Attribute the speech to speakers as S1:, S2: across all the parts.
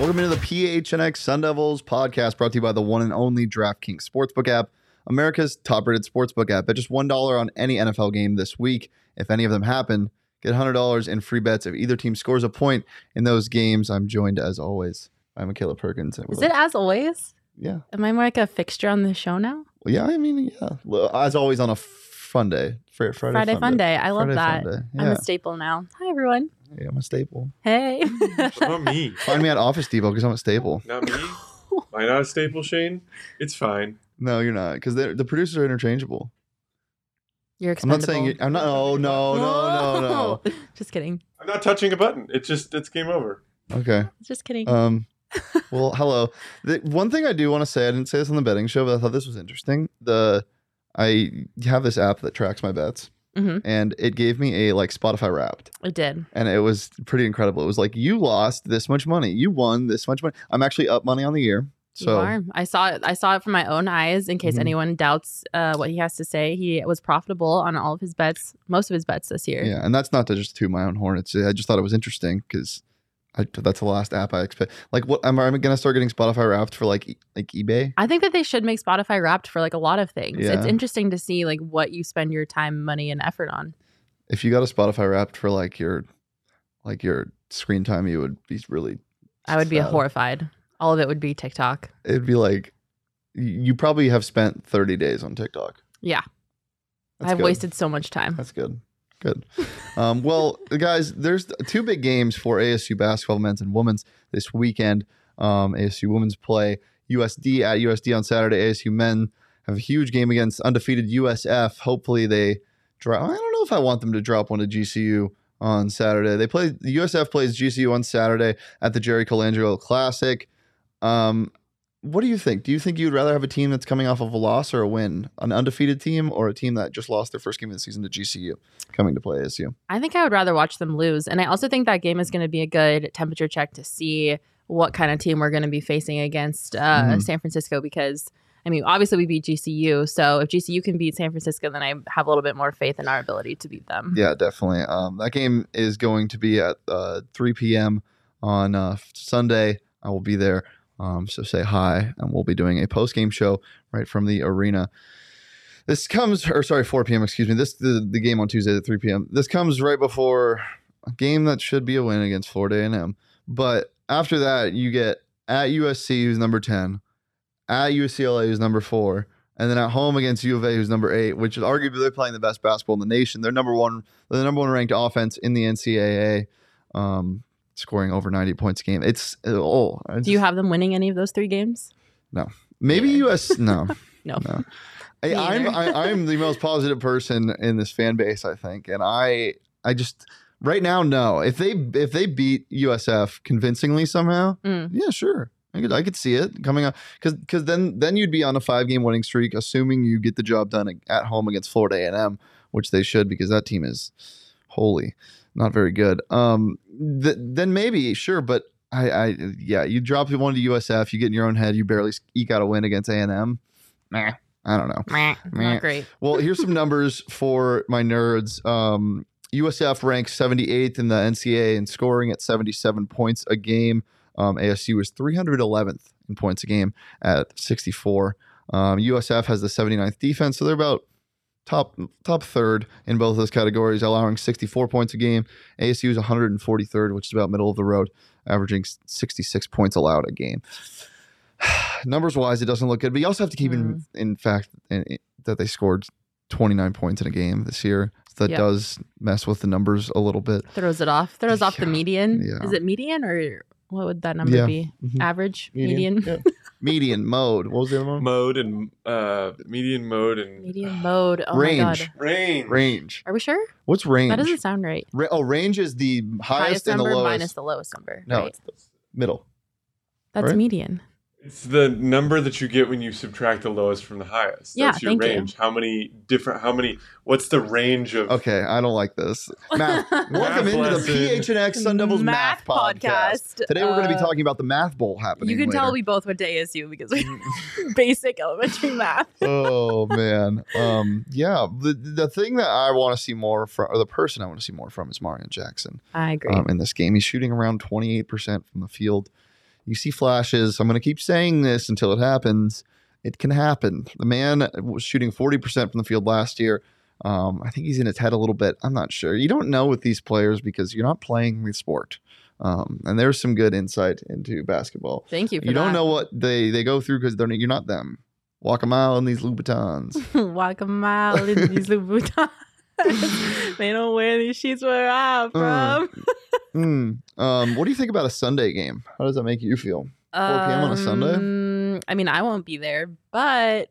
S1: Welcome into the PHNX Sun Devils podcast brought to you by the one and only DraftKings Sportsbook app, America's top rated sportsbook app. Bet just $1 on any NFL game this week. If any of them happen, get $100 in free bets if either team scores a point in those games. I'm joined as always by Michaela Perkins.
S2: Is it as always?
S1: Yeah.
S2: Am I more like a fixture on the show now?
S1: Well, yeah, I mean, yeah. Well, As always on a fun day. Fr- Friday,
S2: Friday, Fun Day. I love
S1: Friday
S2: that.
S1: Fun day.
S2: I'm
S1: Yeah.
S2: a staple now. Hi, everyone.
S1: yeah, I'm a staple.
S2: Hey.
S3: Not me.
S1: Find me at Office Depot because I'm a staple.
S3: Not me. Am I not a staple, Shane? It's fine.
S1: No, you're not because the producers are interchangeable.
S2: You're
S1: I'm
S2: expendable.
S1: not saying you, I'm not. Oh, no, no, no,
S2: no. Just kidding.
S3: I'm not touching a button. It's just it's game over.
S1: no. Okay.
S2: Just kidding.
S1: Um, well, hello. The, one thing I do want to say, I didn't say this on the betting show, but I thought this was interesting. The I have this app that tracks my bets,
S2: Mhm.
S1: and it gave me a like Spotify Wrapped,
S2: I did.
S1: and it was pretty incredible. It was like you lost this much money, you won this much money. I'm actually up money on the year,
S2: you
S1: so
S2: are. I saw it. I saw it from my own eyes. In case
S1: Mhm.
S2: anyone doubts uh, what he has to say, he was profitable on all of his bets, most of his bets this year.
S1: yeah. And that's not to just toot my own horn. It's I just thought it was interesting because. I, that's the last app I expect. Like, what am I gonna start getting Spotify Wrapped for? Like, e- like eBay.
S2: I think that they should make Spotify Wrapped for like a lot of things. It's
S1: Yeah.
S2: interesting to see like what you spend your time, money, and effort on.
S1: if you got a Spotify Wrapped for like your like your screen time, you would be really.
S2: I would be
S1: sad.
S2: horrified. All of it would be TikTok.
S1: It'd be like y- you probably have spent thirty days on TikTok.
S2: Yeah,
S1: That's
S2: I've
S1: good.
S2: wasted so much time.
S1: That's good. Good. Um, well, guys, there's two big games for ASU basketball men's and women's this weekend. Um, ASU women's play USD at USD on Saturday. ASU men have a huge game against undefeated USF. Hopefully they drop. I don't know if I want them to drop one to GCU on Saturday. They play the USF plays GCU on Saturday at the Jerry Colangelo Classic. Um, what do you think? Do you think you'd rather have a team that's coming off of a loss or a win, an undefeated team, or a team that just lost their first game of the season to GCU coming to play ASU?
S2: I think I would rather watch them lose. And I also think that game is going to be a good temperature check to see what kind of team we're going to be facing against uh,
S1: Mhm.
S2: San Francisco because. I mean, obviously we beat GCU, so if GCU can beat San Francisco, then I have a little bit more faith in our ability to beat them.
S1: Yeah, definitely. Um, that game is going to be at uh, 3 p.m. on uh, Sunday. I will be there, um, so say hi, and we'll be doing a post-game show right from the arena. This comes, or sorry, 4 p.m. Excuse me. This the, the game on Tuesday at 3 p.m. This comes right before a game that should be a win against Florida A&M. But after that, you get at USC, who's number 10, at UCLA, who's number four, and then at home against U of A, who's number eight, which is arguably they're playing the best basketball in the nation. They're number one, they're the number one ranked offense in the NCAA, um, scoring over 90 points a game. It's oh, I
S2: Do you
S1: just-
S2: have them winning any of those three games?
S1: maybe
S2: Yeah.
S1: US? No,
S2: No.
S1: no. I,
S2: Me
S1: I'm
S2: either.
S1: I, I'm the most positive person in this fan base, I think, and I I just right now no. If they if they beat USF convincingly somehow,
S2: Mm.
S1: yeah, sure. I could, I could see it coming up because because then then you'd be on a five game winning streak, assuming you get the job done ag- at home against Florida A and M, which they should because that team is holy, not very good. Um, th- then maybe sure, but I, I yeah, you drop one to USF, you get in your own head, you barely eke out a win against A and M. Meh, I don't know.
S2: Meh.
S1: Meh.
S2: Not great.
S1: Well, here's some numbers for my nerds. Um, USF ranks 78th in the NCAA in scoring at 77 points a game. Um, ASU is 311th in points a game at 64. Um, USF has the 79th defense, so they're about top top third in both those categories, allowing 64 points a game. ASU is 143rd, which is about middle of the road, averaging 66 points allowed a game. Numbers wise, it doesn't look good, but you also have to keep
S2: Mm.
S1: in in fact in, in- that they scored 29 points in a game this year. So that
S2: Yeah.
S1: does mess with the numbers a little bit.
S2: Throws it off. Throws off the
S1: Yeah,
S2: median.
S1: yeah.
S2: Is it median or what would that number
S1: Yeah,
S2: be?
S1: mhm.
S2: Average median.
S1: yeah. median mode. What was the other one?
S3: Mode and uh, median mode and
S2: Median mode. Oh my
S1: range.
S2: god.
S3: range.
S1: Range.
S2: Are we sure?
S1: What's range?
S2: That doesn't sound right.
S1: Ra- oh, range is the highest, and the
S2: number
S1: lowest.
S2: minus the lowest number.
S1: No,
S2: right?
S1: it's the middle.
S2: that's
S1: right?
S2: median.
S3: It's the number that you get when you subtract the lowest from the highest.
S2: Yeah,
S3: That's your
S2: thank you.
S3: range. How many different how many what's the range of
S1: Okay, I don't like this. Math. Welcome
S3: Math
S1: into the
S3: lesson.
S1: PHNX Sun Devils Math, podcast. Today we're going to be
S2: Uh,
S1: talking about the Math Bowl happening.
S2: You can tell
S1: later.
S2: we both went to ASU because we basic elementary math.
S1: oh man, um, yeah. The the thing that I want to see more from, or the person I want to see more from, is Marion Jackson.
S2: I agree.
S1: um, in this game. He's shooting around 28% from the field. You see flashes. I'm going to keep saying this until it happens. It can happen. The man was shooting 40% from the field last year. Um, I think he's in his head a little bit. I'm not sure. You don't know with these players because you're not playing the sport. Um, and there's some good insight into basketball.
S2: Thank you. For
S1: You don't know what they, they go through because they're you're not them. Walk a mile in these Louboutins.
S2: know. Walk a mile in these Louboutins. they don't wear these sheets where I'm
S1: Uh,
S2: from.
S1: Mm. Um, what do you think about a Sunday game? How does that make you feel? 4 p.m. on a Sunday?
S2: Um, I mean, I won't be there, but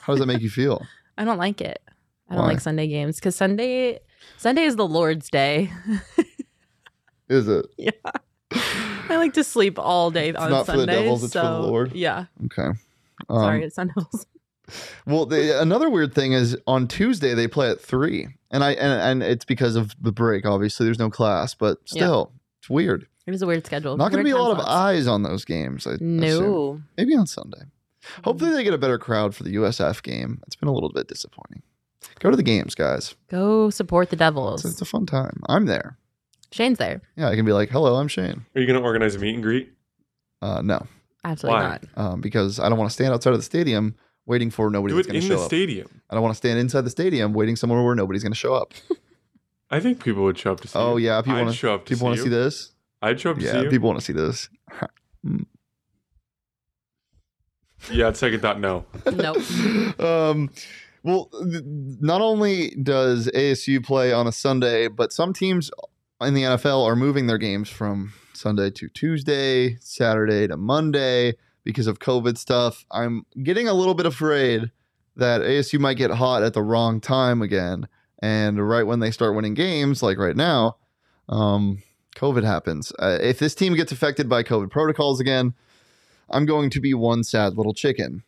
S1: How does that make you feel?
S2: I don't like it. I don't
S1: Why?
S2: like Sunday games because Sunday, Sunday is the Lord's day.
S1: Is it?
S2: yeah, I like to sleep all day on
S1: not for the
S2: Sundays.
S1: devils, it's for the
S2: so-
S1: Lord.
S2: Yeah,
S1: Okay. Um,
S2: sorry, it's not devils.
S1: Well, the, another weird thing is on Tuesday they play at three, and I and, and it's because of the break. Obviously, there's no class, but
S2: Yeah.
S1: still, it's weird.
S2: It is a weird schedule.
S1: Not going to
S2: Weird
S1: be a
S2: time
S1: lot of
S2: slots.
S1: eyes on those games. I assume.
S2: No.
S1: maybe on Sunday. Hopefully, they get a better crowd for the USF game. It's been a little bit disappointing. Go to the games, guys.
S2: Go support the
S1: It's, it's
S2: Devils.
S1: a fun time. I'm there.
S2: Shane's there.
S1: Yeah, I can be like, "Hello, I'm Shane."
S3: Are you gonna organize a meet and greet?
S1: Uh, no,
S2: Absolutely
S3: Why?
S2: not.
S1: um, because I don't want to stand outside of the stadium waiting for nobody
S3: Do
S1: that's
S3: it
S1: going to
S3: in
S1: show
S3: the
S1: up.
S3: stadium.
S1: I don't want to stand inside the stadium waiting somewhere where nobody's going to show up.
S3: I think people would show up to see
S1: Oh
S3: you.
S1: yeah, people
S3: I'd
S1: want to
S3: show up to
S1: people want
S3: see
S1: to
S3: you.
S1: see this.
S3: I'd show up to
S1: yeah,
S3: see you.
S1: people want to see this.
S3: Yeah, at second thought, no.
S2: Nope.
S1: um, well, th- not only does ASU play on a Sunday, but some teams in the NFL are moving their games from Sunday to Tuesday, Saturday to Monday because of COVID stuff. I'm getting a little bit afraid that ASU might get hot at the wrong time again. And right when they start winning games, like right now, um, COVID happens. Uh, if this team gets affected by COVID protocols again, I'm going to be one sad little chicken.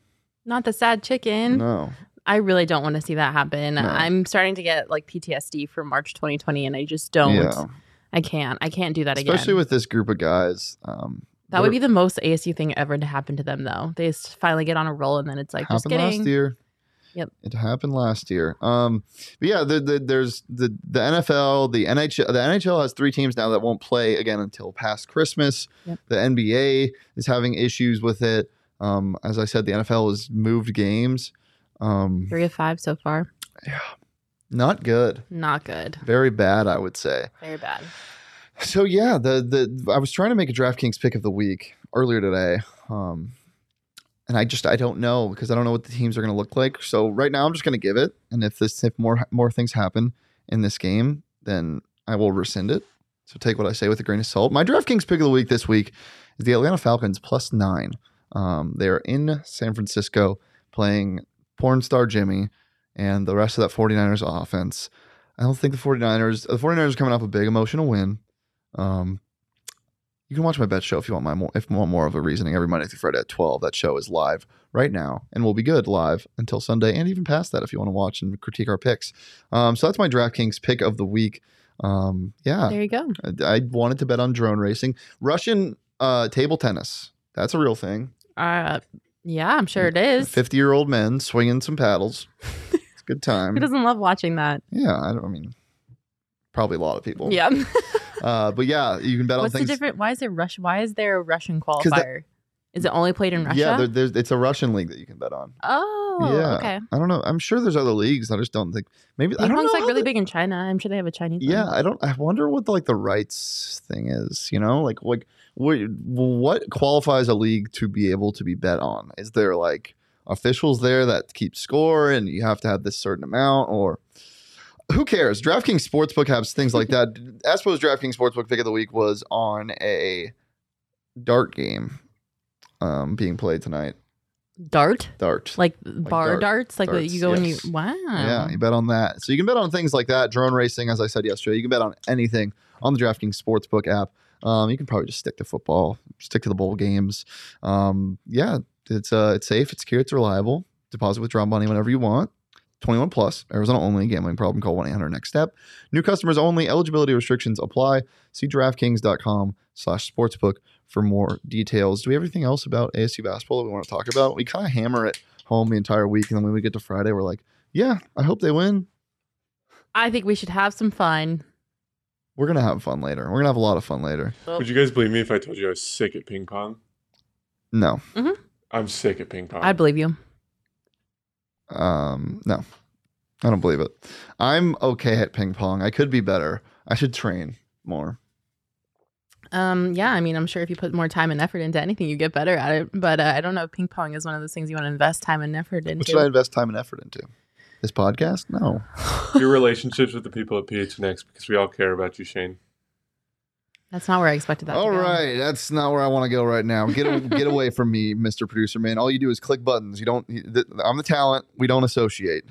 S2: Not the sad chicken.
S1: No.
S2: I really don't want to see that happen.
S1: No.
S2: I'm starting to get like PTSD from March 2020, and I just don't.
S1: Yeah.
S2: I can't. I can't do that
S1: Especially
S2: again.
S1: with this group of guys. Um,
S2: that would be the most ASU thing ever to happen to them, though. They just finally get on a roll, and then it's like, just
S1: happened last
S2: kidding.
S1: year.
S2: Yep.
S1: It happened last year. Um, but yeah, the, the, there's the, the NFL, the NHL. The NHL has three teams now that won't play again until past Christmas.
S2: Yep.
S1: The NBA is having issues with it. Um, as I said, the NFL has moved games. Um,
S2: Three of five so far.
S1: not good.
S2: Not good.
S1: Very bad, I would say.
S2: Very bad.
S1: So yeah, the the I was trying to make a DraftKings pick of the week earlier today, um, and I just I don't know because I don't know what the teams are going to look like. So right now I'm just going to give it, and if this if more more things happen in this game, then I will rescind it. So take what I say with a grain of salt. My DraftKings pick of the week this week is the Atlanta Falcons plus nine. Um, they are in San Francisco playing porn star Jimmy and the rest of that 49ers offense. I don't think the 49ers the 49ers are coming off a big emotional win. Um, you can watch my bet show if you want my more, if you want more of a reasoning every Monday through Friday at twelve. That show is live right now and will be good live until Sunday and even past that if you want to watch and critique our picks. Um, so that's my DraftKings pick of the week. Um, yeah,
S2: There you go.
S1: I, I wanted to bet on drone racing, Russian uh, table tennis. That's a real thing.
S2: Uh, yeah, I'm sure it is.
S1: Fifty year old men swinging some paddles. it's a good time.
S2: Who doesn't love watching that?
S1: Yeah, I don't I mean. Probably a lot of people.
S2: Yeah.
S1: Uh, but yeah, you can bet
S2: What's
S1: on
S2: the
S1: things.
S2: different? Why is it Rush? Why is there a Russian
S1: 'Cause that-
S2: qualifier? Is it only played in Russia?
S1: Yeah, there, there's, it's a Russian league that you can bet on.
S2: oh, Oh,
S1: yeah.
S2: okay.
S1: I don't know. I'm sure there's other leagues. I just don't think maybe I
S2: Ping
S1: don't
S2: pong's
S1: know.
S2: like
S1: how
S2: really
S1: the-
S2: big in China. I'm sure they have a Chinese. one.
S1: Yeah, I don't. I wonder what the, like the rights thing is. You know, like like what what qualifies a league to be able to be bet on? Is there like officials there that keep score and you have to have this certain amount or? Who cares? DraftKings Sportsbook has things like that. Aspo's DraftKings Sportsbook pick of the week was on a dart game um, being played tonight.
S2: Dart,
S1: Dart.
S2: like bar
S1: dart-
S2: darts, like what
S1: darts,
S2: you go and you.
S1: yes.
S2: Wow.
S1: Yeah, you bet on that. So you can bet on things like that, drone racing, as I said yesterday. You can bet on anything on the DraftKings Sportsbook app. Um, you can probably just stick to football, stick to the bowl games. Um, yeah, it's uh, it's safe, it's secure, it's reliable. Deposit withdraw money whenever you want. 21 plus, Arizona only, gambling problem, call 1 800 next step. New customers only, eligibility restrictions apply. See DraftKings.com slash sportsbook for more details. Do we have anything else about ASU basketball that we want to talk about? We kind of hammer it home the entire week. And then when we get to Friday, we're like, yeah, I hope they win.
S2: I think we should have some fun.
S1: We're gonna have fun later. We're gonna have a lot of fun later.
S2: Oh.
S3: Would you guys believe me if I told you I was sick at ping pong?
S1: No,
S3: I'm sick at ping pong.
S2: I believe you.
S1: um, no, I don't believe it. I'm okay at ping pong. I could be better. I should train more.
S2: Um, yeah, I mean, I'm sure if you put more time and effort into anything, you get better at it. But uh, I don't know if ping pong is one of those things you want to invest time and effort
S1: What should I
S2: into.
S1: invest time and effort into? This podcast? No.
S3: Your relationships with the people at PHNX because we all care about you, Shane.
S2: That's not where I expected that.
S1: All
S2: to go.
S1: right, that's not where I want to go right now. Get get away from me, Mr. Producer Man. All you do is click buttons. You don't. you- th- I'm the talent. We don't associate.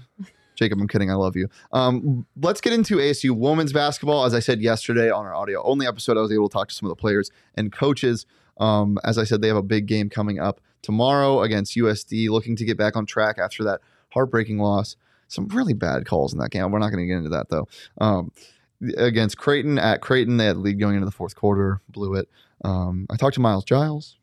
S1: Jacob, I'm kidding. I love you. Um, let's get into ASU women's basketball. As I said yesterday on our audio only episode, I was able to talk to some of the players and coaches. Um, as I said, they have a big game coming up tomorrow against USD, looking to get back on track after that heartbreaking loss. Some really bad calls in that game. We're not going to get into that though. Um, against Creighton at Creighton, they had the lead going into the fourth quarter, blew it. Um, I talked to Miles Giles,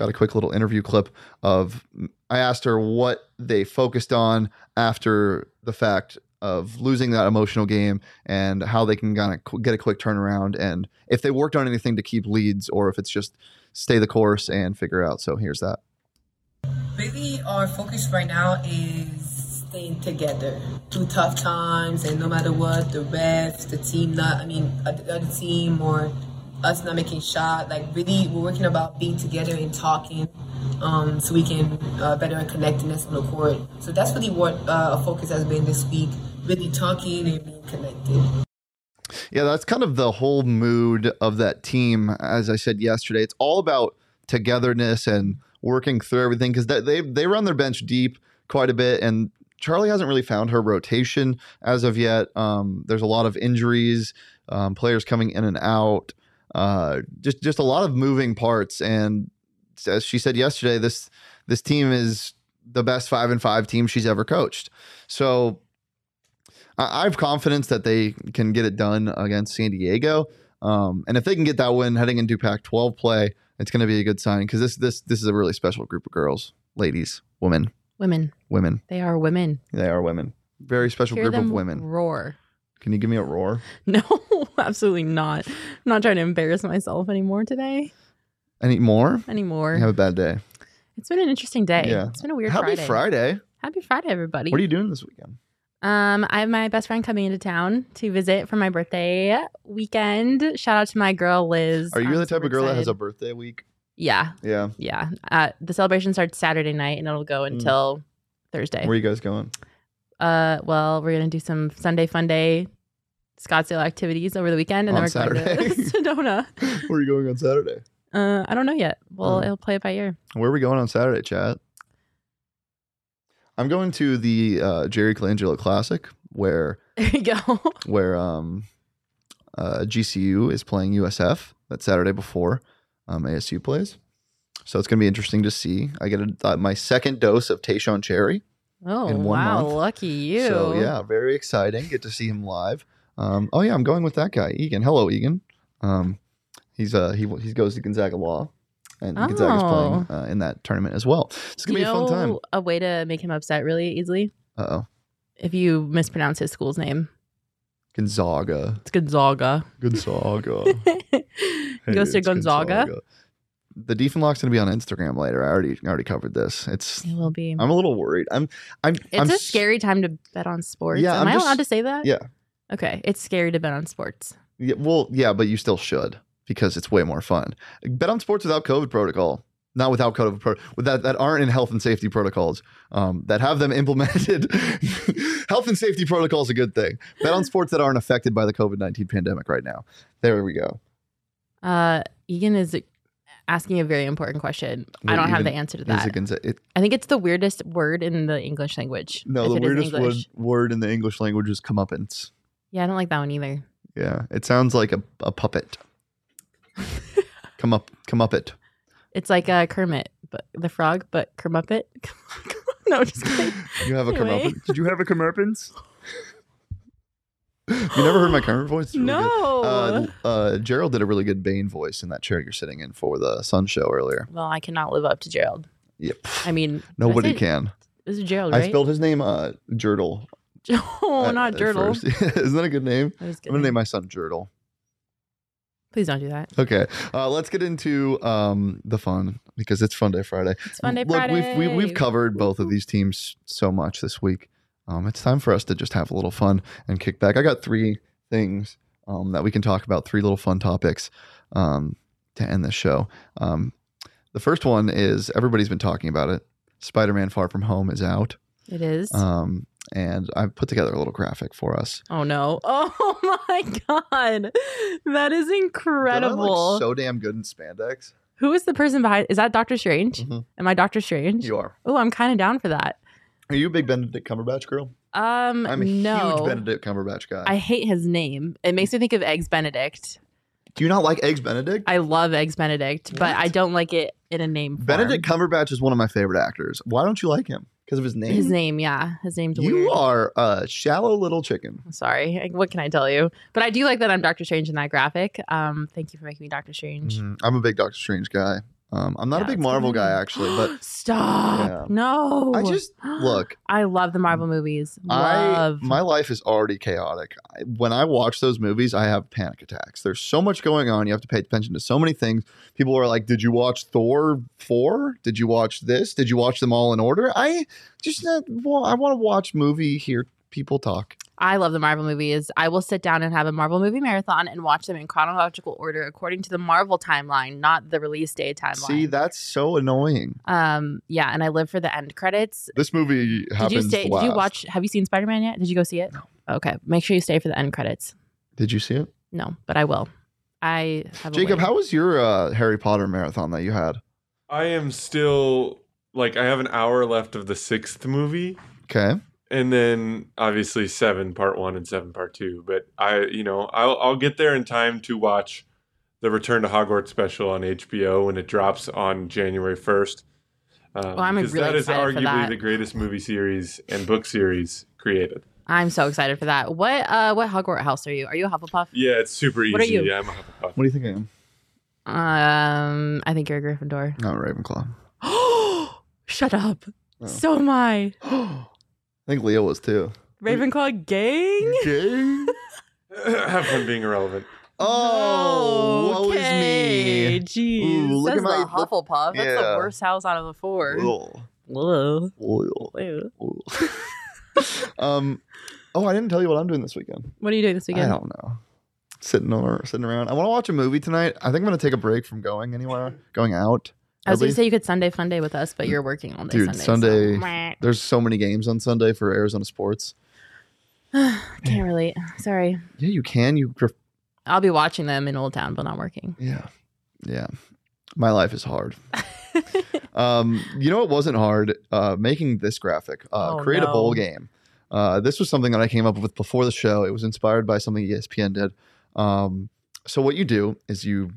S1: got a quick little interview clip of. I asked her what they focused on after the fact of losing that emotional game and how they can kind of get a quick turnaround and if they worked on anything to keep leads or if it's just stay the course and figure out. So here's that.
S4: Really, our focus right now is staying together through tough times, and no matter what, the refs, the team not, I mean, uh, the other team or us not making shot. Like really, we're working about being together and talking, um, so we can uh, better our connectedness on the court. So that's really what uh, our focus has been this week: really talking and being connected.
S1: Yeah, that's kind of the whole mood of that team. As I said yesterday, it's all about togetherness and working through everything because they they run their bench deep quite a bit, and Charlie hasn't really found her rotation as of yet. Um, there's a lot of injuries, um, players coming in and out, uh, just just a lot of moving parts. And as she said yesterday, this this team is the best five and five team she's ever coached. So I, I have confidence that they can get it done against San Diego. Um, and if they can get that win heading into Pac-12 play, it's going to be a good sign because this this this is a really special group of girls, ladies, women,
S2: Women,
S1: women.
S2: they are women.
S1: They are women. Very special
S2: Hear
S1: group
S2: them
S1: of women.
S2: roar.
S1: Can you give me a roar?
S2: No, absolutely not. I'm not trying to embarrass myself anymore today.
S1: Any more?
S2: Anymore.
S1: You have a bad day.
S2: It's been an interesting day.
S1: Yeah.
S2: It's been a weird
S1: Happy
S2: Friday.
S1: Friday.
S2: Happy Friday, everybody.
S1: What are you doing this weekend?
S2: um, I have my best friend coming into town to visit for my birthday weekend. Shout out to my girl Liz.
S1: Are you
S2: I'm
S1: the type
S2: super
S1: of girl that has a
S2: excited.
S1: birthday week?
S2: Yeah,
S1: Yeah.
S2: yeah. Uh, the celebration starts Saturday night and it'll
S1: Mm.
S2: go until Thursday.
S1: Where are you guys going?
S2: uh, well, we're gonna do some Sunday Fun Day Scottsdale activities over the weekend, and
S1: On
S2: then we're going to Sedona.
S1: Where are you going on Saturday?
S2: Uh, I don't know yet. Well,
S1: Mm.
S2: it'll play it by ear.
S1: Where are we going on Saturday, chat? I'm going to the uh, Jerry Colangelo Classic where
S2: There you go.
S1: where um, uh, GCU is playing USF that Saturday before um, ASU plays. So it's going to be interesting to see. I get a, uh, my second dose of Tayshawn Cherry.
S2: Oh
S1: In one
S2: wow,
S1: month.
S2: lucky you.
S1: So yeah, very exciting. Get to see him live. Um, oh yeah, I'm going with that guy, Egan. Hello, Egan. Um, he's uh he he goes to Gonzaga Law, and Gonzaga's playing uh, in that tournament as well. So it's
S2: Do
S1: gonna
S2: you
S1: be a
S2: know
S1: fun time.
S2: a way to make him upset really easily?
S1: Uh oh,
S2: If you mispronounce his school's name,
S1: Gonzaga,
S2: it's Gonzaga.
S1: Gonzaga.
S2: He
S1: Hey,
S2: goes to
S1: it's
S2: Gonzaga.
S1: the Diefenlock's gonna be on Instagram later. I already I already covered this. It's
S2: It will be.
S1: I'm a little worried. I'm I'm
S2: Mm. it's
S1: I'm
S2: a
S1: s-
S2: scary time to bet on sports.
S1: Yeah,
S2: Am
S1: I'm
S2: I
S1: just-
S2: allowed to say that?
S1: Yeah.
S2: Okay. It's scary to bet on sports.
S1: Yeah, well, yeah, but you still should because it's way more fun. Bet on sports without COVID protocol, not without COVID pro- with that that aren't in health and safety protocols. Um, that have them implemented. health and safety protocol is a good thing. Bet on sports that aren't affected by the COVID nineteen pandemic right now. There we go.
S2: Uh, Egan is asking a very important question.
S1: Wait,
S2: I don't have the
S1: even-
S2: answer to
S1: Is
S2: that.
S1: it gonna say- it-
S2: I think it's the weirdest word in the English language.
S1: no,
S2: if
S1: the
S2: it is
S1: weirdest word,
S2: English.
S1: word in the English language is comeuppance.
S2: Yeah, I don't like that one either.
S1: Yeah, it sounds like a, a puppet. come up, come up it.
S2: It's like uh, Kermit, but the frog, but Kermuppet. no, just kidding.
S1: You have a
S2: Anyway.
S1: comeuppance. Did you have a comeuppance? you never heard my Kermit voice? It's really good.
S2: no.
S1: Uh, uh, Gerald did a really good Bane voice in that chair you're sitting in for the Sun Show earlier.
S2: well, I cannot live up to Gerald.
S1: Yep.
S2: I mean, did I
S1: Nobody
S2: say-
S1: can.
S2: This is Gerald,
S1: I
S2: right?
S1: spelled his name uh, Jurdle.
S2: oh,
S1: at-
S2: not
S1: at
S2: Gerald.
S1: first. Isn't that a good name?
S2: That was good.
S1: I'm gonna name my son Jurdle.
S2: Please don't do that.
S1: Okay, uh, let's get into um, the fun because it's Fun Day Friday.
S2: It's Fun Day
S1: Look,
S2: Friday.
S1: we've we, we've covered both of these teams so much this week. Um, it's time for us to just have a little fun and kick back. I got three things um, that we can talk about, three little fun topics um, to end this show. Um, the first one is everybody's been talking about it. Spider-Man: Far From Home is out,
S2: It is.
S1: um, and I've put together a little graphic for us.
S2: oh no. Oh my god. That is
S1: Did I look
S2: incredible.
S1: so damn good in spandex.
S2: Who is the person behind is that Doctor Strange?
S1: Mhm.
S2: Am I Doctor Strange?
S1: You are.
S2: Oh, I'm kind of down for that.
S1: Are you a big Benedict Cumberbatch girl?
S2: Um
S1: I'm a
S2: no.
S1: huge Benedict Cumberbatch guy.
S2: I hate his name. It makes me think of Eggs Benedict.
S1: Do you not like Eggs Benedict?
S2: I love Eggs Benedict, but I don't like it in a name. form.
S1: Benedict Cumberbatch is one of my favorite actors. Why don't you like him? Because of his name.
S2: His name, yeah. His name's
S1: You
S2: weird.
S1: are a shallow little chicken.
S2: I'm sorry. Like, What can I tell you? But I do like that I'm Doctor Strange in that graphic. Um, thank you for making me Doctor Strange.
S1: Mm-hmm. I'm a big Doctor Strange guy. Um, I'm Mm, not
S2: Yeah,
S1: a big
S2: it's
S1: Marvel
S2: kinda
S1: guy
S2: neat.
S1: actually, but
S2: stop.
S1: Yeah.
S2: No.
S1: I just look.
S2: I love the Marvel movies.
S1: I
S2: Love.
S1: my life is already chaotic. I- When I watch those movies, I have panic attacks. There's so much going on. You have to pay attention to so many things. People are like, "Did you watch Thor four? Did you watch this? Did you watch them all in order?" I just not, well, I want to watch movie, hear people talk.
S2: I love the Marvel movies. I will sit down and have a Marvel movie marathon and watch them in chronological order according to the Marvel timeline, not the release day timeline.
S1: See, that's so annoying.
S2: um, yeah, and I live for the end credits.
S1: This movie
S2: Did
S1: happens.
S2: you stay? Did you
S1: last.
S2: watch? Have you seen Spider Man yet? Did you go see it? No. Okay, make sure you stay for the end credits.
S1: Did you see it,
S2: No, but I will. I have a
S1: Jacob?
S2: way.
S1: How was your uh, Harry Potter marathon that you had?
S3: I am still like I have an hour left of the sixth movie,
S1: Okay,
S3: and then obviously seven part one and seven part two. But I, you know, I'll I'll get there in time to watch the Return to Hogwarts special on HBO when it drops on January first. Um,
S2: Well, I'm
S3: because
S2: really
S3: that is
S2: excited for
S3: arguably
S2: that.
S3: the greatest movie series and book series created.
S2: I'm so excited for that. What uh, what Hogwarts house are you? Are you a Hufflepuff?
S3: Yeah, it's super easy.
S2: What are you?
S3: Yeah, I'm a Hufflepuff.
S1: what do you think I am?
S2: Um, I think you're a Gryffindor.
S1: Not Ravenclaw.
S2: Shut up.
S1: Oh.
S2: So am I.
S1: I think Leo was too.
S2: Ravenclaw gang.
S1: Okay.
S3: Have fun being irrelevant.
S1: Oh, woe
S2: okay.
S1: is me.
S2: Jeez.
S1: Ooh, look
S2: That's
S1: at my-
S2: the
S1: look-
S2: Hufflepuff. That's
S1: yeah.
S2: the worst house out of the four.
S1: Ugh.
S2: Whoa.
S1: Ugh.
S2: Ew.
S1: Ugh. um, oh, I didn't tell you what I'm doing this weekend.
S2: What are you doing this
S1: I
S2: weekend?
S1: don't know. Sitting or sitting around. I want to watch a movie tonight. I think I'm gonna take a break from going anywhere, going out.
S2: I
S1: At
S2: was going to
S1: least-
S2: say you could Sunday fun day with us, but you're working all day
S1: Dude,
S2: Sunday. so-
S1: Sunday- There's so many games on Sunday for Arizona sports.
S2: Can't relate. Sorry.
S1: Yeah, you can. You gr-
S2: I'll be watching them in Old Town, but not working.
S1: Yeah. Yeah. My life is hard. um, you know, it wasn't hard uh, making this graphic, uh,
S2: Oh,
S1: create a bowl
S2: no.
S1: game. Uh, this was something that I came up with before the show. It was inspired by something E ESPN did. Um, so, what you do is you,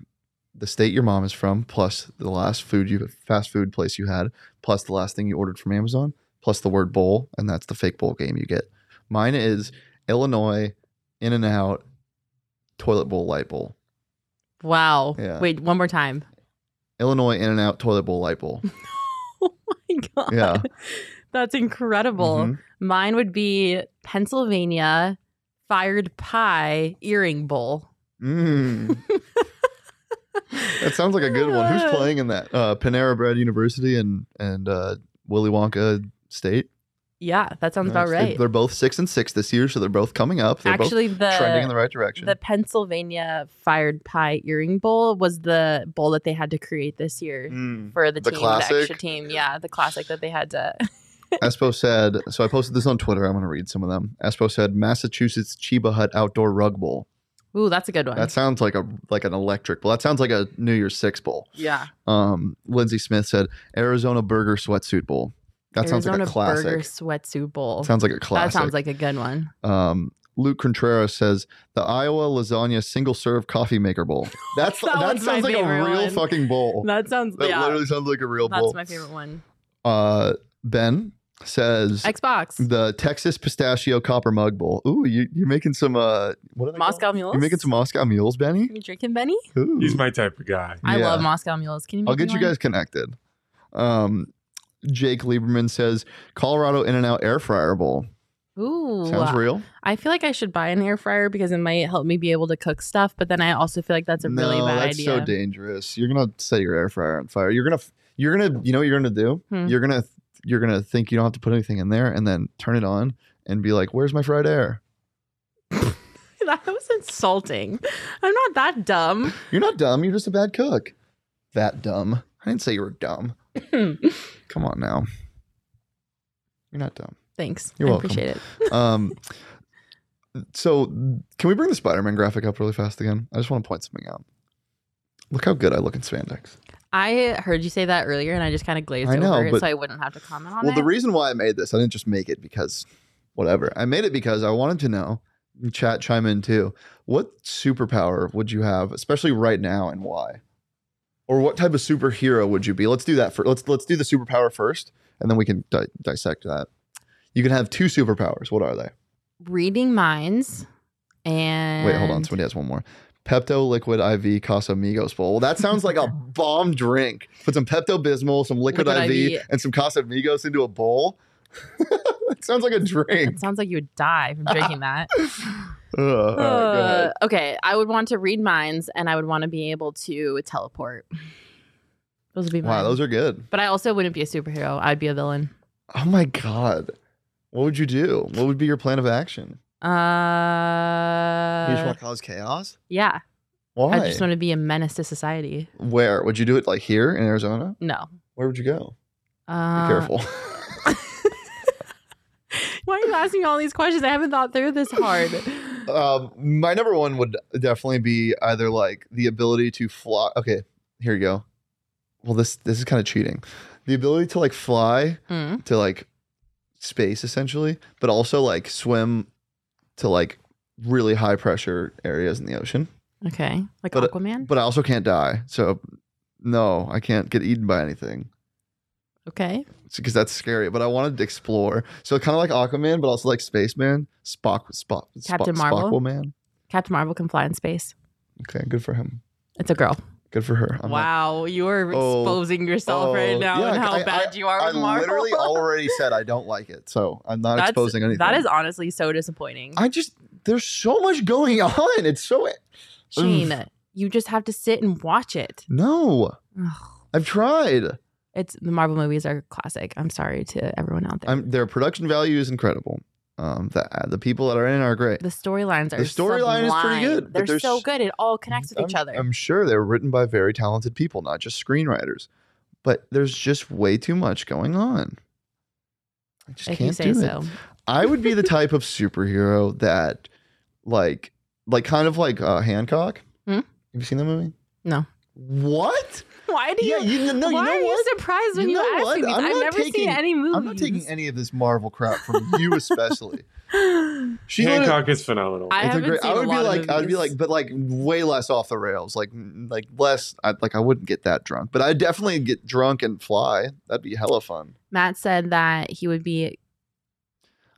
S1: the state your mom is from, plus the last food you, fast food place you had, plus the last thing you ordered from Amazon, plus the word bowl, and that's the fake bowl game you get. Mine is Illinois, In and Out, Toilet Bowl, Light Bowl.
S2: Wow.
S1: Yeah.
S2: Wait, one more time.
S1: Illinois In and Out toilet bowl light bowl.
S2: Oh my God.
S1: Yeah.
S2: That's incredible.
S1: Mhm.
S2: Mine would be Pennsylvania fired pie earring bowl.
S1: Mm. That sounds like a good one. Who's playing in that? Uh, Panera Bread University and and uh, Willy Wonka State.
S2: Yeah, that sounds
S1: Nice.
S2: about
S1: They-
S2: right.
S1: They're both six and six this year, so they're both coming up. They're
S2: Actually,
S1: both trending in
S2: the
S1: the right direction.
S2: the Pennsylvania Fired Pie Earring Bowl was the bowl that they had to create this year for the,
S1: Mm. The
S2: team,
S1: classic?
S2: the extra team. Yeah, the classic that they had to.
S1: Espo said, so I posted this on Twitter. I'm going to read some of them. Espo said, Massachusetts Chiba Hut Outdoor Rug Bowl.
S2: Ooh, that's a good one.
S1: That sounds like a like an electric bowl. That sounds like a New Year's Six bowl.
S2: yeah,
S1: Um, Lindsay Smith said, Arizona Burger Sweatsuit Bowl. That sounds like
S2: Arizona
S1: a classic.
S2: Burger Sweatsuit Bowl.
S1: Sounds like a
S2: that
S1: classic.
S2: sounds like a good one.
S1: um, Luke Contreras says the Iowa Lasagna Single Serve Coffee Maker Bowl. That's
S2: That
S1: that,
S2: one's my
S1: sounds like a
S2: favorite
S1: real
S2: one.
S1: fucking bowl.
S2: That sounds
S1: That
S2: yeah.
S1: literally sounds like a real
S2: That's
S1: bowl.
S2: my favorite one.
S1: Uh, ben says
S2: Xbox,
S1: the Texas Pistachio Copper Mug Bowl. Ooh, you, you're making some uh, what are they
S2: Moscow
S1: called?
S2: Mules.
S1: You're making some Moscow mules, Benny.
S2: You drinking Benny?
S1: Ooh.
S3: He's my type of guy.
S2: I
S1: Yeah.
S2: love Moscow Mules. Can you? Make
S1: I'll get
S2: me
S1: you
S2: one?
S1: guys connected. Um, Jake Lieberman says Colorado In and Out Air Fryer Bowl.
S2: Ooh, uh,
S1: Sounds real.
S2: I feel like I should buy an air fryer because it might help me be able to cook stuff. But then I also feel like that's a really
S1: no,
S2: bad
S1: that's
S2: idea.
S1: so dangerous. You're gonna set your air fryer on fire. You're gonna f- you're gonna you know what you're gonna do?
S2: Hmm.
S1: You're gonna you're gonna think you don't have to put anything in there and then turn it on and be like, Where's my fried air?
S2: that was insulting. I'm not that dumb.
S1: You're not dumb, you're just a bad cook. That dumb. I didn't say you were dumb. Come on now. You're not dumb.
S2: Thanks.
S1: You're
S2: I
S1: welcome.
S2: appreciate it.
S1: Um so can we bring the Spider-Man graphic up really fast again? I just want to point something out. Look how good I look in spandex.
S2: I heard you say that earlier and I just kind of glazed
S1: I know,
S2: over it
S1: but-
S2: so I wouldn't have to comment on
S1: Well,
S2: it.
S1: the reason why I made this, I didn't just make it because whatever. I made it because I wanted to know, chat chime in too. What superpower would you have, especially right now and why? Or what type of superhero would you be? Let's do that for let's let's do the superpower first and then we can di- dissect that. You can have two superpowers. What are they?
S2: Reading minds and.
S1: Wait, hold on. Somebody has one more. Pepto Liquid IV Casamigos Bowl. Well, that sounds like a bomb drink. Put some Pepto Bismol, some Liquid,
S2: Liquid
S1: IV,
S2: IV.
S1: and some Casamigos into a bowl. that sounds like a drink.
S2: It sounds like you would die from drinking that.
S1: Ugh, all right, go ahead.
S2: Uh, okay, I would want to read minds and I would want to be able to teleport. Those would be
S1: wow,
S2: mine.
S1: those are good.
S2: But I also wouldn't be a superhero. I'd be a villain.
S1: Oh my god, what would you do? What would be your plan of action? you just
S2: Uh,
S1: want to cause chaos?
S2: yeah,
S1: Why?
S2: I just want to be a menace to society.
S1: Where would you do it? Like here in Arizona?
S2: No,
S1: Where would you go? Be
S2: uh,
S1: careful.
S2: Why are you asking me all these questions? I haven't thought through this hard.
S1: um, my number one would definitely be either like the ability to fly. Okay, here you go. Well, this this is kind of cheating. The ability to like fly
S2: Mm.
S1: to like space essentially, but also like swim to like really high pressure areas in the ocean.
S2: Okay, like
S1: But, uh,
S2: Aquaman.
S1: But I also can't die. So no, I can't get eaten by anything
S2: Okay,
S1: because that's scary. But I wanted to explore. So kind of like Aquaman, but also like Spaceman, Spock, Spock, Spock
S2: Captain Marvel?
S1: Spockwoman.
S2: Captain Marvel can fly in space.
S1: Okay, good for him.
S2: It's a girl.
S1: Good for her. I'm not-
S2: wow, you are
S1: Oh,
S2: exposing yourself right
S1: oh,
S2: now
S1: yeah,
S2: and how
S1: I-
S2: bad you are
S1: I
S2: with Marvel.
S1: literally already said I don't like it, so I'm not
S2: That's-
S1: exposing anything.
S2: That is honestly so disappointing.
S1: I just there's so much going on. It's so
S2: Shane, you just have to sit and watch it.
S1: no.
S2: Ugh.
S1: I've tried.
S2: It's the Marvel movies are classic. I'm sorry to everyone out there.
S1: I'm, their production value is incredible. Um, the the people that are in it are great.
S2: the storylines are
S1: The storyline is pretty
S2: sublime.
S1: good, but
S2: They're
S1: there's-
S2: so good. It all connects with each
S1: I'm-
S2: other.
S1: I'm sure they're written by very talented people, not just screenwriters. But there's just way too much going on. I just
S2: if
S1: can't
S2: you say
S1: do it.
S2: so.
S1: I would be the type of superhero that, like, like kind of like uh, Hancock.
S2: Hmm?
S1: Have you seen that movie?
S2: No.
S1: What?
S2: Why do you?
S1: yeah, you no, you
S2: why
S1: know what?
S2: are you surprised when
S1: You
S2: you,
S1: know
S2: ask
S1: what?
S2: me these?
S1: I'm
S2: I've
S1: not
S2: never
S1: taking-
S2: seen any movies.
S1: I'm not taking any of this Marvel crap from you, especially. She's literally-
S3: Hancock is phenomenal.
S2: I
S1: It's a
S2: haven't
S1: great-
S2: seen
S1: I
S2: a
S1: would be
S2: lot of
S1: like, I would be
S2: movies.
S1: like, but like way less off the rails, like like less. I, like I wouldn't get that drunk, but I definitely get drunk and fly. That'd be hella fun.
S2: Matt said that he would be.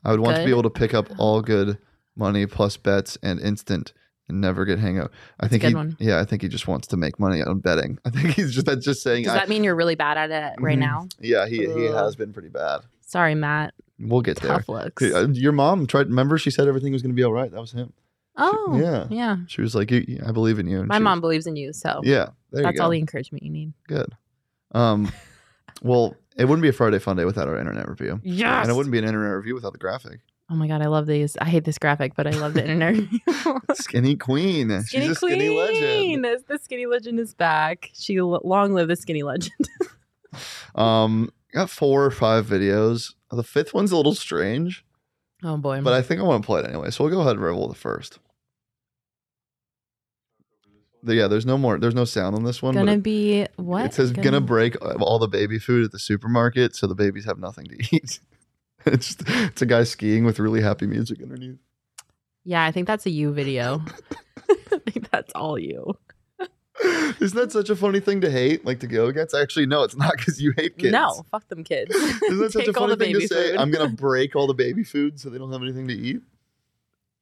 S1: I would want to be
S2: Good.
S1: able to pick up all good money plus bets and instant and never get hangout. I think
S2: good
S1: he,
S2: one.
S1: yeah, I think he just wants to make money on betting. I think he's just that's just saying.
S2: Does
S1: I-
S2: that mean you're really bad at it right
S1: Mhm.
S2: now?
S1: yeah, he he
S2: Ugh.
S1: has been pretty bad.
S2: Sorry, Matt.
S1: We'll get there.
S2: Tough looks.
S1: Okay, uh, Your mom tried. Remember, she said everything was going to be all right. That was him.
S2: Oh,
S1: yeah.
S2: yeah.
S1: She was like, "You- "I believe in you." and
S2: My
S1: she was-
S2: mom believes in you, so
S1: yeah, there you
S2: that's
S1: go.
S2: all the encouragement you need.
S1: Good. Um, well, it wouldn't be a Friday Fun Day without our internet review,
S2: Yes.
S1: and it wouldn't be an internet review without the graphic.
S2: Oh my god, I love these. I hate this graphic, but I love the internet.
S1: Skinny Queen. She's a skinny legend.
S2: This- The skinny legend is back. She l- long live the skinny legend.
S1: Um, got four or five videos. The fifth one's a little strange,
S2: Oh boy.
S1: but I think I want to play it anyway. So we'll go ahead and roll the first. The- yeah, there's no more. There's no sound on this one. but
S2: gonna
S1: it-
S2: be what?
S1: It says gonna, break uh, all the baby food at the supermarket, so the babies have nothing to eat. it's just- it's a guy skiing with really happy music underneath.
S2: Yeah, I think that's a you video. I think that's all you.
S1: Isn't that such a funny thing to hate? Like to go against? Actually, no, it's not because you hate kids.
S2: No, fuck them kids.
S1: Isn't that such a
S2: Take all
S1: funny
S2: the
S1: thing to
S2: baby
S1: say?
S2: food.
S1: I'm gonna break all the baby food so they don't have anything to eat.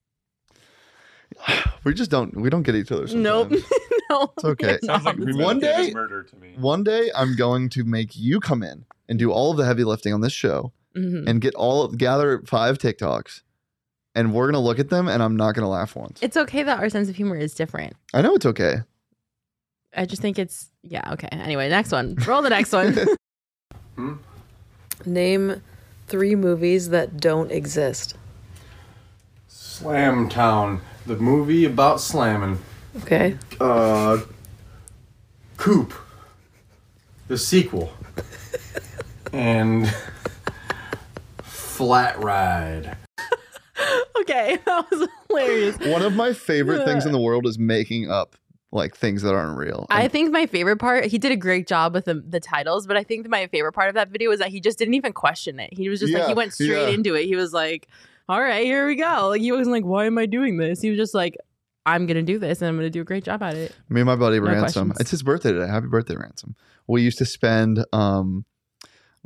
S1: We just don't. We don't get each other.
S2: Nope.
S1: Sometimes.
S2: no.
S1: It's okay.
S2: we're
S3: Sounds like
S2: not.
S1: One
S3: premeditated
S1: day-
S3: murder to me.
S1: One day, I'm going to make you come in and do all of the heavy lifting on this show,
S2: Mhm.
S1: and get all gather five TikToks, and we're gonna look at them, and I'm not gonna laugh once.
S2: It's okay that our sense of humor is different.
S1: I know it's okay.
S2: I just think it's yeah, okay. Anyway, next one. Roll the next one.
S5: Name three movies that don't exist.
S6: Slam Town, the movie about slamming.
S5: Okay.
S6: Uh, Coop, the sequel, and Flat Ride.
S2: okay, that was hilarious.
S1: One of my favorite things in the world is making up like things that aren't real.
S2: I think my favorite part, he did a great job with the, the titles, but I think my favorite part of that video was that he just didn't even question it. He was just like,
S1: Yeah,
S2: he went straight
S1: yeah.
S2: into it. He was like, all right, here we go. Like, he wasn't like, why am I doing this? He was just like, I'm going to do this and I'm going to do a great job at it.
S1: Me and my buddy
S2: No
S1: Ransom.
S2: questions.
S1: It's his birthday today. Happy birthday, Ransom. We used to spend um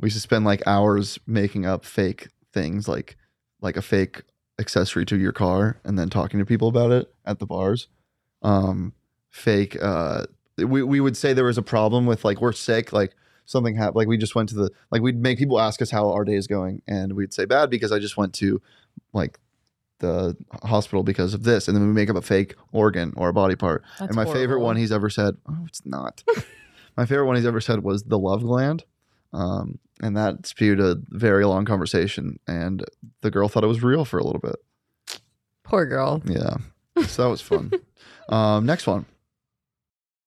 S1: we used to spend like hours making up fake things like like a fake accessory to your car and then talking to people about it at the bars. Um fake uh we, we would say there was a problem with like we're sick, like something happened like we just went to the like we'd make people ask us how our day is going and we'd say bad because I just went to like the hospital because of this and then we make up a fake organ or a body part
S2: That's
S1: and my favorite
S2: horrible.
S1: one he's ever said, oh, it's not. my favorite one he's ever said was the love gland. Um, and that spewed a very long conversation. And the girl thought it was real for a little bit.
S2: Poor girl.
S1: Yeah. So that was fun. um, next one.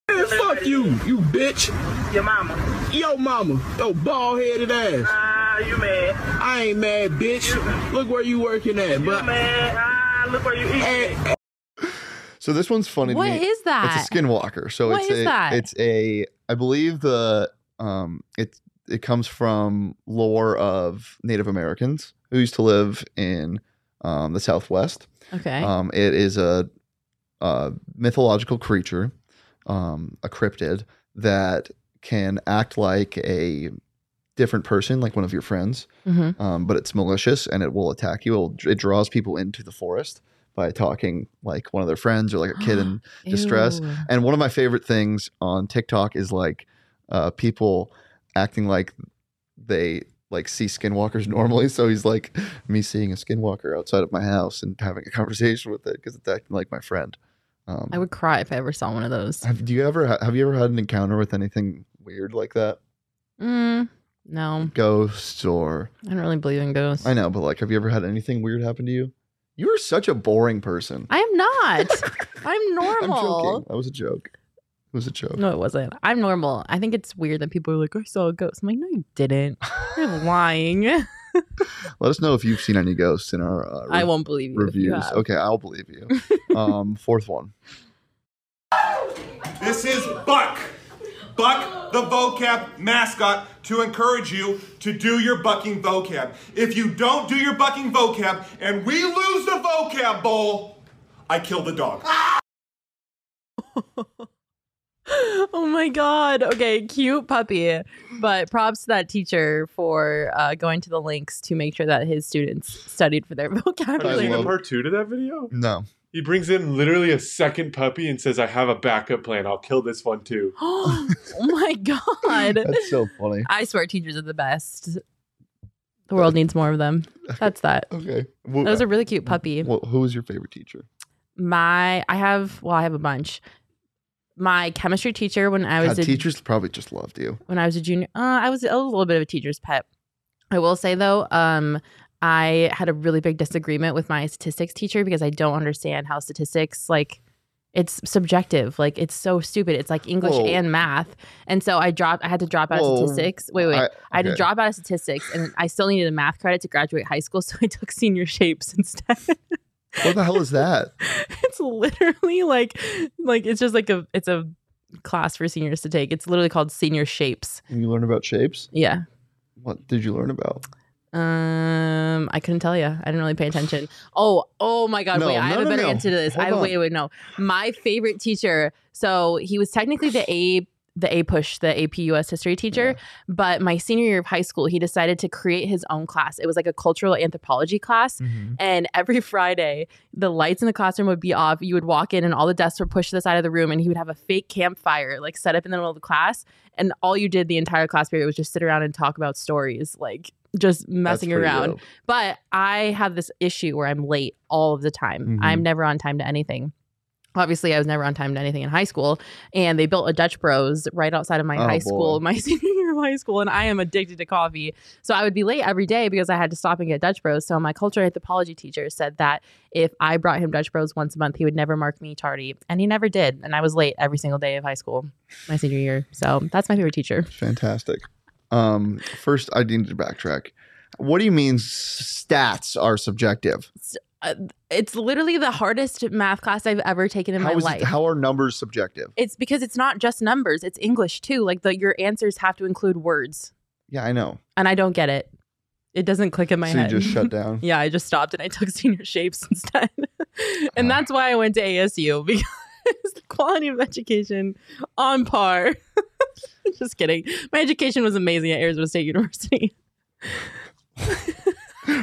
S7: Fuck you, you bitch. Your mama. Yo mama. Yo bald headed ass. Ah, you mad. I ain't mad, bitch. Look where you working at, you but mad. Ah, look where you eating.
S1: So this one's funny
S2: What
S1: to me.
S2: is that?
S1: It's a skinwalker. So
S2: What
S1: it's
S2: is
S1: a
S2: that?
S1: it's a I believe the um it it comes from lore of Native Americans who used to live in um, the Southwest.
S2: okay.
S1: Um, it is a, a mythological creature, um, a cryptid that can act like a different person, like one of your friends,
S2: Mhm.
S1: um, but it's malicious and it will attack you. It'll, it draws people into the forest by talking like one of their friends or like a kid in distress.
S2: Ew.
S1: and one of my favorite things on TikTok is like uh, people acting like they like see skinwalkers normally. So he's like me seeing a skinwalker outside of my house and having a conversation with it because it's acting like my friend. Um,
S2: I would cry if I ever saw one of those.
S1: have do you ever ha- have you ever had an encounter with anything weird like that?
S2: Mm, no,
S1: Ghosts or
S2: I don't really believe in ghosts.
S1: I know, but like, have you ever had anything weird happen to you? You are such a boring person.
S2: I am not. I'm normal.
S1: I'm joking. That was a joke. It was a joke.
S2: No, it wasn't. I'm normal. I think it's weird that people are like, I saw a ghost. I'm like, no, you didn't. You're lying.
S1: Let us know if you've seen any ghosts in our uh,
S2: I won't believe you. if you
S1: reviews.
S2: have.
S1: Okay, I'll believe you. um, fourth one.
S8: This is Buck. Buck, the vocab mascot, to encourage you to do your bucking vocab. If you don't do your bucking vocab and we lose the vocab bowl, I kill the dog.
S2: Oh my God. Okay, cute puppy. But props to that teacher for uh, going to the links to make sure that his students studied for their
S3: Have you
S2: vocabulary.
S3: seen the
S1: love-
S3: part two to that video?
S1: No.
S3: He brings in literally a second puppy and says, "I have a backup plan. I'll kill this one too."
S2: oh my God.
S1: That's so funny.
S2: I swear teachers are the best. The world needs more of them. That's that.
S1: Okay.
S2: That was a really cute puppy.
S1: who was your favorite teacher?
S2: my I have well, I have a bunch. My chemistry teacher when I was
S1: God,
S2: a
S1: teachers probably just loved you.
S2: when I was a junior. Uh, I was a little bit of a teacher's pet. I will say though, um, I had a really big disagreement with my statistics teacher because I don't understand how statistics like it's subjective. Like it's so stupid. It's like English
S1: Whoa.
S2: and math. And so I dropped. I had to drop out
S1: Whoa.
S2: of statistics. Wait, wait. I,
S1: I-
S2: had to
S1: okay.
S2: drop out of statistics, and I still needed a math credit to graduate high school. So I took senior shapes instead.
S1: What the hell is that?
S2: it's literally like, like it's just like a it's a class for seniors to take. It's literally called senior shapes.
S1: You learn about shapes?
S2: Yeah.
S1: What did you learn about?
S2: Um, I couldn't tell you. I didn't really pay attention. Oh, oh my god!
S1: No,
S2: wait, I
S1: no,
S2: have a
S1: no,
S2: better
S1: no.
S2: answer to this.
S1: Hold
S2: I
S1: on.
S2: wait, wait, no. My favorite teacher. So he was technically the A, the A push, the AP US history teacher. But my senior year of high school, he decided to create his own class. It was like a cultural anthropology class,
S1: Mm-hmm.
S2: and every Friday, the lights in the classroom would be off. You would walk in, and all the desks were pushed to the side of the room, and he would have a fake campfire like set up in the middle of the class. And all you did the entire class period was just sit around and talk about stories, like just
S1: That's
S2: messing
S1: pretty
S2: around.
S1: dope.
S2: But I have this issue where I'm late all of the time.
S1: Mhm.
S2: I'm never on time to anything. Obviously, I was never on time to anything in high school, and they built a Dutch Bros right outside of my
S1: Oh,
S2: high
S1: boy.
S2: school, my senior year of high school, and I am addicted to coffee. So I would be late every day because I had to stop and get Dutch Bros. So my cultural anthropology teacher said that if I brought him Dutch Bros once a month, he would never mark me tardy, and he never did. And I was late every single day of high school, my senior year. So that's my favorite teacher.
S1: Fantastic. Um, first, I need to backtrack. What do you mean s- stats are subjective?
S2: It's literally the hardest math class I've ever taken in
S1: How
S2: my
S1: is it-
S2: life.
S1: how are numbers subjective?
S2: It's because it's not just numbers, it's English too. Like the your answers have to include words.
S1: Yeah, I know.
S2: And I don't get it. It doesn't click in my
S1: so
S2: head.
S1: you just shut down.
S2: yeah, I just stopped and I took senior shapes instead. and
S1: Ah.
S2: that's why I went to ASU because the quality of education on par. just kidding. My education was amazing at Arizona State University.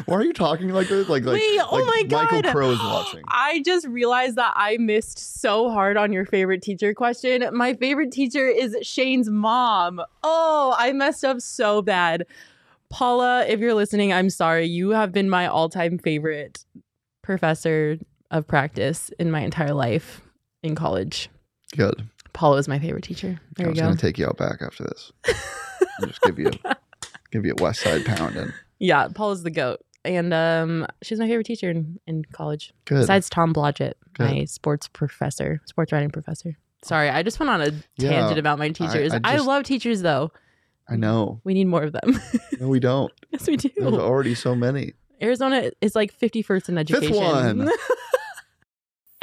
S1: Why are you talking like this? Like, like,
S2: Wait, oh
S1: like
S2: my
S1: Michael
S2: God.
S1: Crow is watching.
S2: I just realized that I missed so hard on your favorite teacher question. My favorite teacher is Shane's mom. Oh, I messed up so bad. Paula, if you're listening, I'm sorry. You have been my all time favorite professor of practice in my entire life in college.
S1: Good.
S2: Paula was my favorite teacher. There
S1: I
S2: you
S1: was
S2: go.
S1: gonna take you out back after this. I'll just give you, give you a West Side pound and
S2: yeah, Paula's the goat. And um, she was my favorite teacher in, in college.
S1: good.
S2: Besides Tom Blodgett,
S1: Good.
S2: my sports professor, sports writing professor. Sorry, I just went on a
S1: Yeah,
S2: tangent about my teachers. I,
S1: I just-
S2: love teachers though.
S1: I know.
S2: We need more of them.
S1: No, we don't.
S2: yes, we do.
S1: There's already so many.
S2: Arizona is like 51st in education.
S1: one.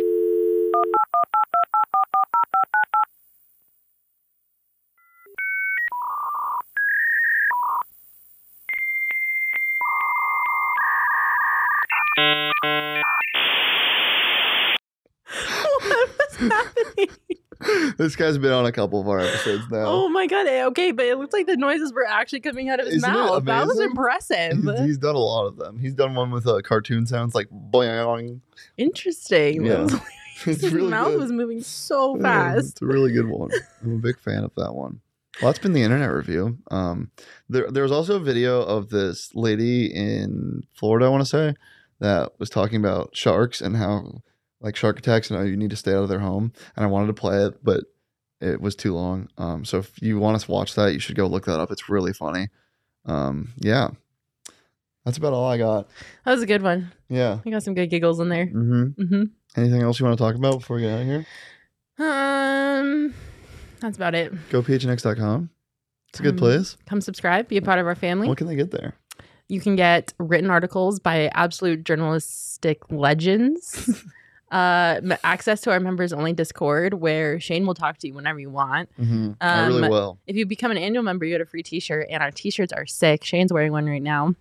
S2: what was happening?
S1: this guy's been on a couple of our episodes now.
S2: Oh my god. eh, Okay, but it looks like the noises were actually coming out of his
S1: Isn't it
S2: mouth. That was
S1: amazing?
S2: impressive.
S1: He's, he's done a lot of them. He's done one with uh, cartoon sounds like boing.
S2: Interesting. That
S1: Yeah.
S2: was-
S1: It's
S2: his
S1: really
S2: mouth
S1: good.
S2: was moving so
S1: Yeah,
S2: fast.
S1: Um, It's a really good one. I'm a big fan of that one. Well, that's been the internet review. Um, there, there was also a video of this lady in Florida, I want to say, that was talking about sharks and how, like, shark attacks and how you need to stay out of their home. And I wanted to play it, but it was too long. Um, so if you want us to watch that, you should go look that up. It's really funny. Um, yeah, that's about all I got.
S2: That was a good one.
S1: Yeah.
S2: I got some good giggles in there.
S1: Mm-hmm.
S2: hmm
S1: Anything else you want to talk about before we get out of here?
S2: Um, that's about it.
S1: Go phnx.com. It's a good
S2: Um,
S1: place.
S2: Come subscribe, be a part of our family.
S1: What can they get there?
S2: You can get written articles by absolute journalistic legends. uh, m- access to our members only Discord, where Shane will talk to you whenever you want.
S1: Mm-hmm. I really
S2: Um,
S1: will.
S2: If you become an annual member, you get a free T-shirt, and our T-shirts are sick. Shane's wearing one right now.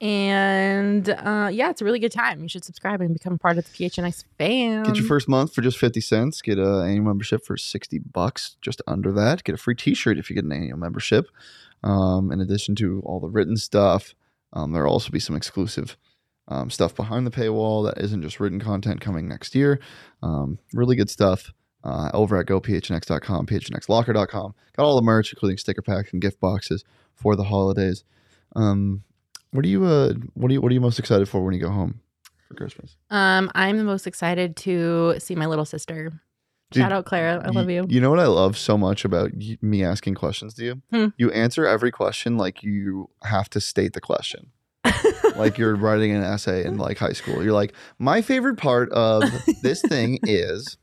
S2: And uh, yeah, it's a really good time. You should subscribe and become part of the PHNX fam.
S1: Get your first month for just fifty cents. Get a annual membership for sixty bucks, just under that. Get a free T-shirt if you get an annual membership. Um, in addition to all the written stuff, um, there will also be some exclusive um, stuff behind the paywall that isn't just written content coming next year. Um, really good stuff uh, over at gophnx.com, phnxlocker.com. Got all the merch, including sticker packs and gift boxes for the holidays. Um, what are you? Uh, what are you? What are you most excited for when you go home? for Christmas?
S2: Um, I'm the most excited to see my little sister. Shout
S1: Dude,
S2: out Clara, I
S1: Y-
S2: love you.
S1: You know what I love so much about y- me asking questions to you?
S2: Hmm.
S1: You answer every question like you have to state the question. like you're writing an essay in like high school. You're like, my favorite part of this thing is,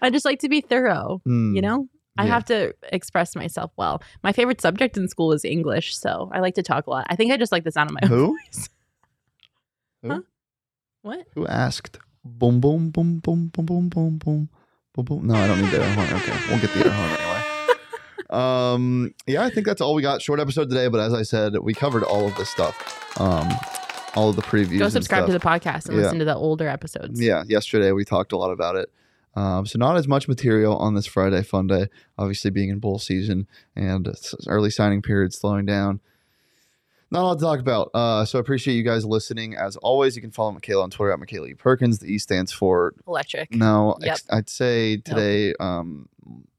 S2: I just like to be thorough.
S1: Hmm.
S2: You know, I
S1: Yeah.
S2: have to express myself well. My favorite subject in school is English, so I like to talk a lot. I think I just like the sound of my own
S1: Who?
S2: voice.
S1: Who?
S2: Huh? What?
S1: who asked? Boom, boom, boom, boom, boom, boom, boom, boom, boom, boom. No, I don't need the air horn. Okay, we'll get the air horn anyway. Um, yeah, I think that's all we got. Short episode today, but as I said, we covered all of this stuff. Um, all of the previews.
S2: Go
S1: and
S2: subscribe
S1: stuff.
S2: to the podcast and
S1: Yeah.
S2: listen to the older episodes.
S1: Yeah, yesterday we talked a lot about it. Um, so not as much material on this Friday fun day, obviously being in bowl season and s- early signing period slowing down. Not a lot to talk about. Uh, so I appreciate you guys listening. As always, you can follow Michaela on Twitter at Michaela E. Perkins. The E stands for
S2: Electric.
S1: no.
S2: Yep.
S1: Ex- I'd say today um,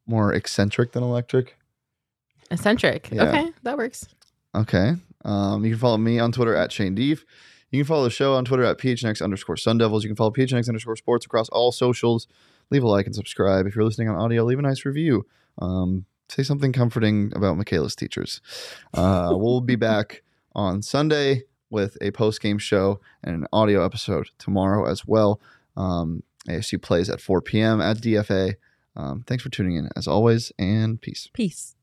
S1: more eccentric than electric.
S2: Eccentric.
S1: Yeah.
S2: Okay, that works.
S1: Okay. Um, you can follow me on Twitter at Shane Deef. You can follow the show on Twitter at PHNX underscore Sun Devils. You can follow PHNX underscore sports across all socials. Leave a like and subscribe. If you're listening on audio, leave a nice review. Um, say something comforting about Michaela's teachers. Uh, we'll be back on Sunday with a post game show and an audio episode tomorrow as well. Um, ASU plays at 4 p.m. at DFA. Um, thanks for tuning in as always, and peace.
S2: Peace.